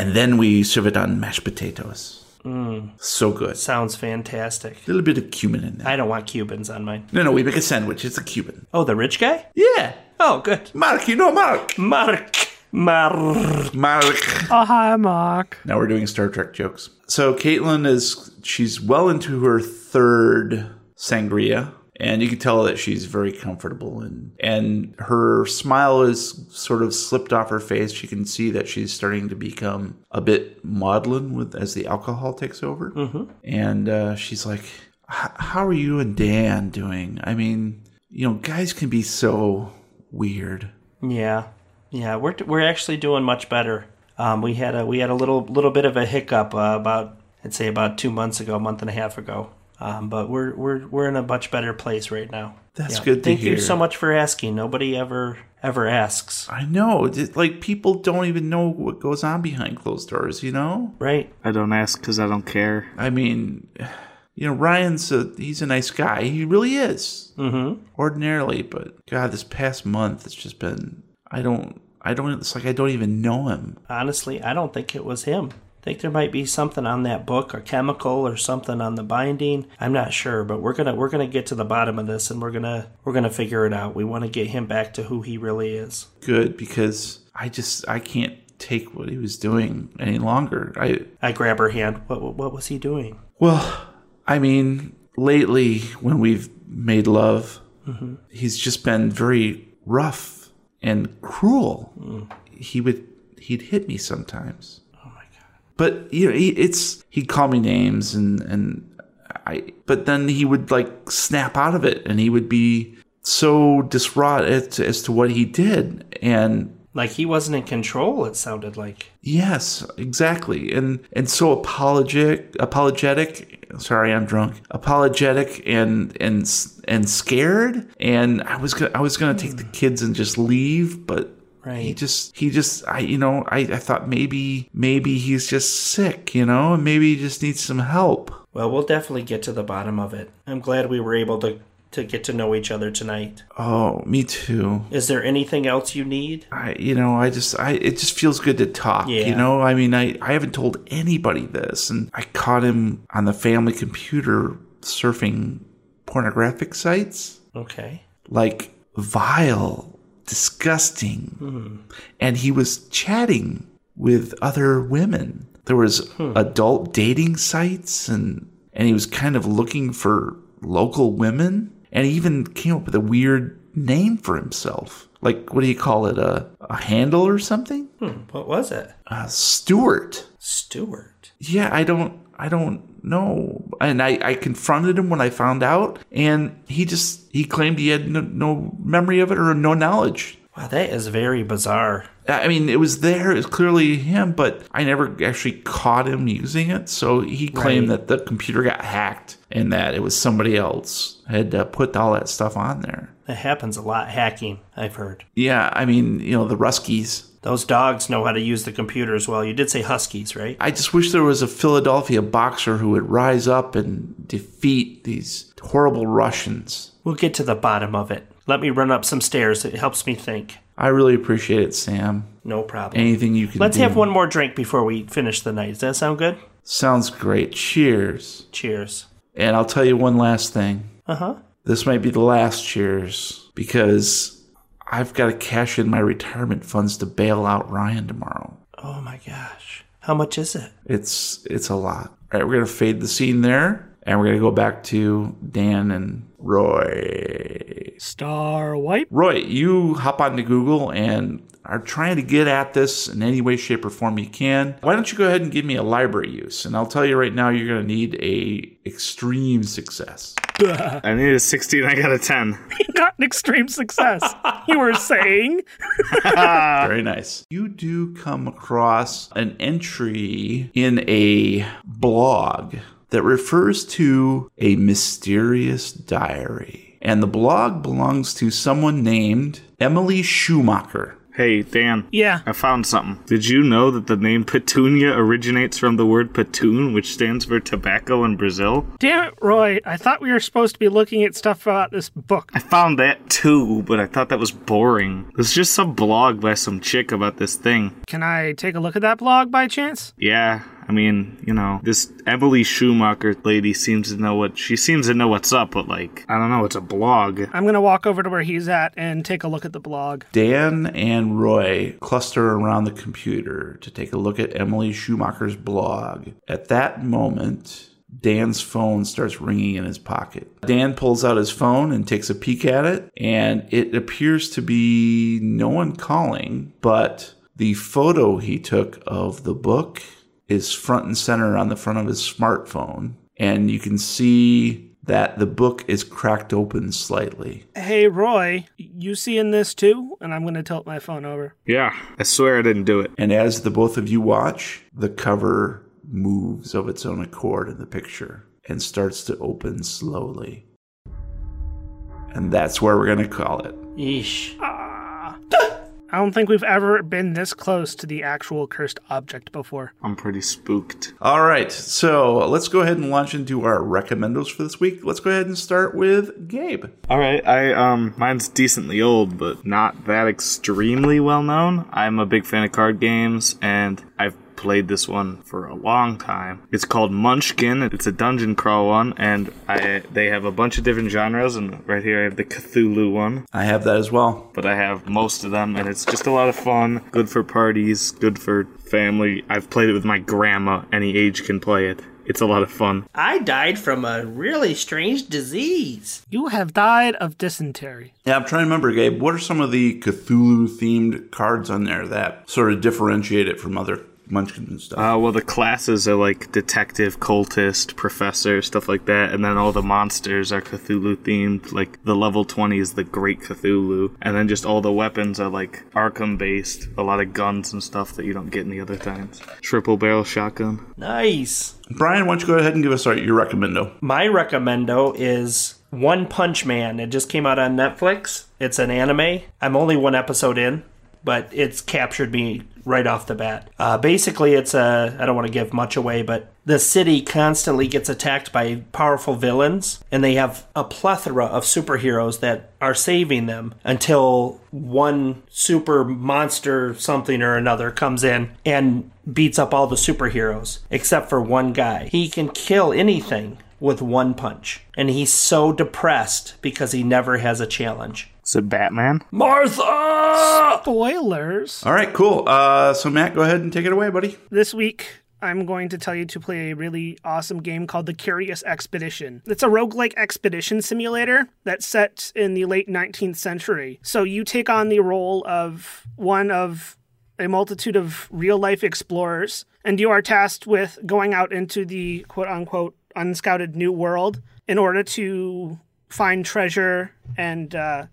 and then we serve it on mashed potatoes so good
Sounds fantastic.
A little bit of cumin in there.
I don't want Cubans on mine.
No, no, we make a sandwich. It's a Cuban.
Oh, the rich guy?
Yeah.
Oh, good.
Mark, you know Mark.
Mark. Mark.
Mark.
Oh, hi, Mark.
Now we're doing Star Trek jokes. So Caitlin is, she's well into her third sangria. And you can tell that she's very comfortable and, and her smile is sort of slipped off her face. You can see that she's starting to become a bit maudlin with as the alcohol takes over.
Mm-hmm.
And uh, she's like, "H- How are you and Dan doing? I mean, you know, guys can be so weird.
Yeah, yeah, we're we're actually doing much better. Um, we had a we had a little little bit of a hiccup uh, about I'd say about two months ago, a month and a half ago. Um, but we're we're we're in a much better place right now.
That's
Yeah.
good to
Thank
hear.
you so much for asking. Nobody ever ever asks,
I know. It's like people don't even know what goes on behind closed doors, you know?
right?
I don't ask because I don't care.
I mean, you know, Ryan's a he's a nice guy. He really is. Mm-hmm. Ordinarily, but God, this past month it's just been I don't I don't it's like I don't even know him.
Honestly, I don't think it was him. I think there might be something on that book, or chemical, or something on the binding. I'm not sure, but we're gonna we're gonna get to the bottom of this, and we're gonna we're gonna figure it out. We want to get him back to who he really is.
Good because I just I can't take what he was doing any longer. I
I grab her hand. What, what, what was he doing?
Well, I mean, lately when we've made love, he's just been very rough and cruel. He would he'd hit me sometimes. Oh my god! But you know, he, it's he'd call me names and and I. But then he would like snap out of it, and he would be so distraught as to, as to what he did, and
Like he wasn't in control, it sounded like.
Yes, exactly. And and so apologetic, apologetic. Sorry, I'm drunk. Apologetic and and s- and scared. And I was gonna I was gonna take the kids and just leave, but he
Right.
just he just I you know I I thought maybe maybe he's just sick, you know, and maybe he just needs some help.
Well, we'll definitely get to the bottom of it. I'm glad we were able to, to get to know each other tonight.
Oh, me too.
Is there anything else you need?
I you know I just I it just feels good to talk. You
Yeah.
know I mean I I haven't told anybody this, and I caught him on the family computer surfing pornographic sites
Okay.
like vile, disgusting, and he was chatting with other women. There was adult dating sites, and and he was kind of looking for local women, and he even came up with a weird name for himself. Like what do you call it? A a handle or something?
What was it?
Uh, Stewart.
Stewart.
Yeah, I don't. I don't know. And I, I confronted him when I found out, and he just he claimed he had no, no memory of it or no knowledge.
Wow, that is very bizarre.
I mean, it was there. It was clearly him, but I never actually caught him using it. So he claimed that the computer got hacked and that it was somebody else had uh, put all that stuff on there.
That happens a lot hacking, I've heard.
Yeah, I mean, you know, the Ruskies.
Those dogs know how to use the computers well. You did say huskies, right?
I just wish there was a Philadelphia boxer who would rise up and defeat these horrible Russians.
We'll get to the bottom of it. Let me run up some stairs. It helps me think.
I really appreciate it, Sam.
No problem.
Anything you can
Let's
do.
have one more drink before we finish the night. Does that sound good?
Sounds great. Cheers.
Cheers.
And I'll tell you one last thing.
Uh huh.
This might be the last cheers because I've got to cash in my retirement funds to bail out Ryan tomorrow.
Oh my gosh. How much is it?
It's it's a lot. All right, we're gonna fade the scene there, and we're gonna go back to Dan and Roy.
Star wipe.
Roy, you hop onto Google and are trying to get at this in any way, shape, or form you can. Why don't you go ahead and give me a library use? And I'll tell you right now, you're gonna need a extreme success.
I needed a 16. I got a 10.
He got an extreme success. you were saying
Very nice. You do come across an entry in a blog that refers to a mysterious diary. And the blog belongs to someone named Emily Schumacher.
Hey, Dan.
Yeah.
I found something. Did you know that the name petunia originates from the word patoon, which stands for tobacco in Brazil?
Damn it, Roy. I thought we were supposed to be looking at stuff about this book.
I found that too, but I thought that was boring. There's just some blog by some chick about this thing.
Can I take a look at that blog by chance?
Yeah, I mean, you know, this Emily Schumacher lady seems to know what she seems to know what's up, but like, I don't know, it's a blog.
I'm going to walk over to where he's at and take a look at the blog.
Dan and Roy cluster around the computer to take a look at Emily Schumacher's blog. At that moment, Dan's phone starts ringing in his pocket. Dan pulls out his phone and takes a peek at it, and it appears to be no one calling, but the photo he took of the book is front and center on the front of his smartphone, and you can see that the book is cracked open slightly.
Hey, Roy, you seeing this too? And I'm going to tilt my phone over.
Yeah, I swear I didn't do it.
And as the both of you watch, the cover moves of its own accord in the picture and starts to open slowly. And that's where we're going to call it.
Yeesh.
Ah. I don't think we've ever been this close to the actual cursed object before.
I'm pretty spooked.
All right. So let's go ahead and launch into our recommendos for this week. Let's go ahead and start with Gabe.
All right, I um mine's decently old, but not that extremely well known. I'm a big fan of card games and I've played this one for a long time. It's called Munchkin. It's a dungeon crawl one and I they have a bunch of different genres and right here I have the Cthulhu one,
I have that as well.
but I have most of them and it's just a lot of fun, good for parties, good for family. I've played it with my grandma. Any age can play it. It's a lot of fun.
I died from a really strange disease.
You have died of dysentery.
Yeah, I'm trying to remember, Gabe, what are some of the Cthulhu themed cards on there that sort of differentiate it from other Munchkin and stuff?
Uh, well, the classes are like detective, cultist, professor, stuff like that, and then all the monsters are Cthulhu themed. Like the level 20 is the Great Cthulhu, and then just all the weapons are like Arkham based, a lot of guns and stuff that you don't get in the other times. Triple barrel shotgun.
Nice.
Brian, why don't you go ahead and give us our, your recommendo?
My recommendo is One Punch Man. It just came out on Netflix. It's an anime. I'm only one episode in, but it's captured me right off the bat. Uh, basically, it's a. I don't want to give much away, but the city constantly gets attacked by powerful villains, and they have a plethora of superheroes that are saving them until one super monster something or another comes in and beats up all the superheroes except for one guy. He can kill anything with one punch. And he's so depressed because he never has a challenge.
Is it Batman?
Martha!
Spoilers.
All right, cool. Uh, so, Matt, go ahead and take it away, buddy.
This week, I'm going to tell you to play a really awesome game called The Curious Expedition. It's a roguelike expedition simulator that's set in the late 19th century. So you take on the role of one of a multitude of real life explorers, and you are tasked with going out into the quote unquote unscouted new world in order to find treasure and uh,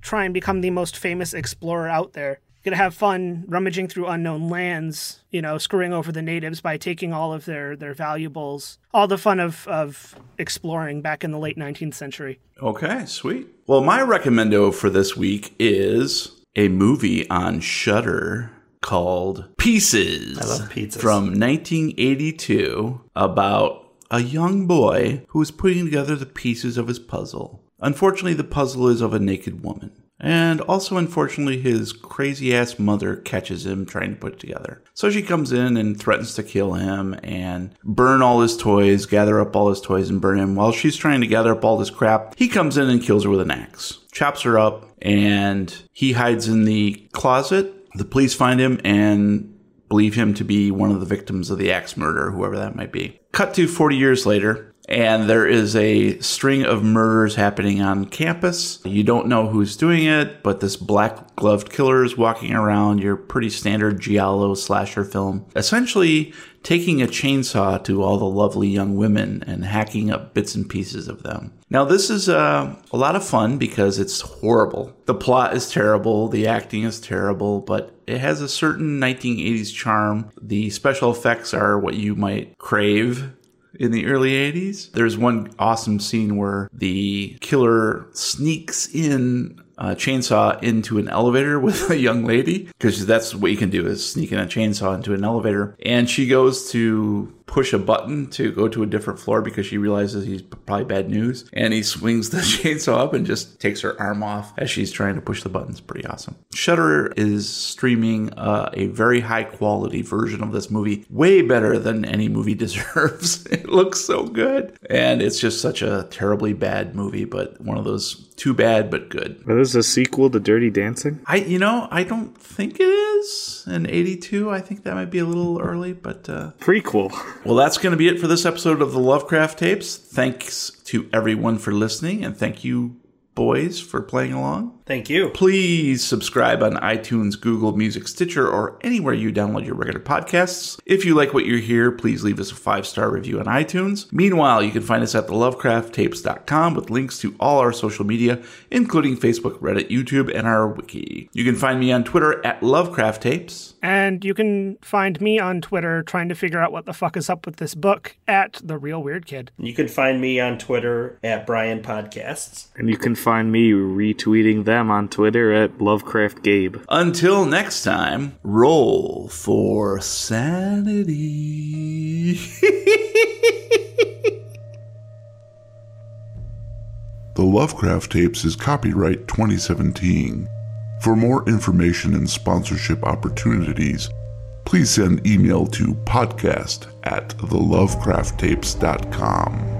try and become the most famous explorer out there. You're gonna have fun rummaging through unknown lands, you know, screwing over the natives by taking all of their their valuables. All the fun of of exploring back in the late 19th century.
Okay, sweet. Well, my recommendo for this week is a movie on Shudder called Pieces. I
love pizzas.
From 1982 about a young boy who is putting together the pieces of his puzzle. Unfortunately, the puzzle is of a naked woman. And also, unfortunately, his crazy ass mother catches him trying to put it together. So she comes in and threatens to kill him and burn all his toys, gather up all his toys and burn him. While she's trying to gather up all this crap, he comes in and kills her with an axe, chops her up, and he hides in the closet. The police find him and believe him to be one of the victims of the axe murder, whoever that might be. Cut to 40 years later, and there is a string of murders happening on campus. You don't know who's doing it, but this black gloved killer is walking around your pretty standard Giallo slasher film, essentially taking a chainsaw to all the lovely young women and hacking up bits and pieces of them. Now, this is uh, a lot of fun because it's horrible. The plot is terrible, the acting is terrible, but it has a certain 1980s charm. The special effects are what you might crave in the early 80s. There's one awesome scene where the killer sneaks in a chainsaw into an elevator with a young lady because that's what you can do is sneak in a chainsaw into an elevator and she goes to push a button to go to a different floor because she realizes he's probably bad news and he swings the chainsaw up and just takes her arm off as she's trying to push the buttons pretty awesome shutter is streaming uh, a very high quality version of this movie way better than any movie deserves it looks so good and it's just such a terribly bad movie but one of those too bad but good
But there's a sequel to Dirty Dancing?
I you know I don't think it is in '82. I think that might be a little early, but uh,
Prequel.
well, that's going to be it for this episode of the Lovecraft Tapes. Thanks to everyone for listening, and thank you boys for playing along.
Thank you.
Please subscribe on iTunes, Google Music, Stitcher, or anywhere you download your regular podcasts. If you like what you hear, please leave us a five star review on iTunes. Meanwhile, you can find us at thelovecrafttapes.com with links to all our social media, including Facebook, Reddit, YouTube, and our wiki. You can find me on Twitter at Lovecraft Tapes.
And you can find me on Twitter trying to figure out what the fuck is up with this book at The Real Weird Kid.
You can find me on Twitter at Brian Podcasts.
And you can find me retweeting them on Twitter at Lovecraft Gabe.
Until next time, roll for sanity.
The Lovecraft Tapes is copyright 2017. For more information and sponsorship opportunities, please send email to podcast at thelovecrafttapes.com.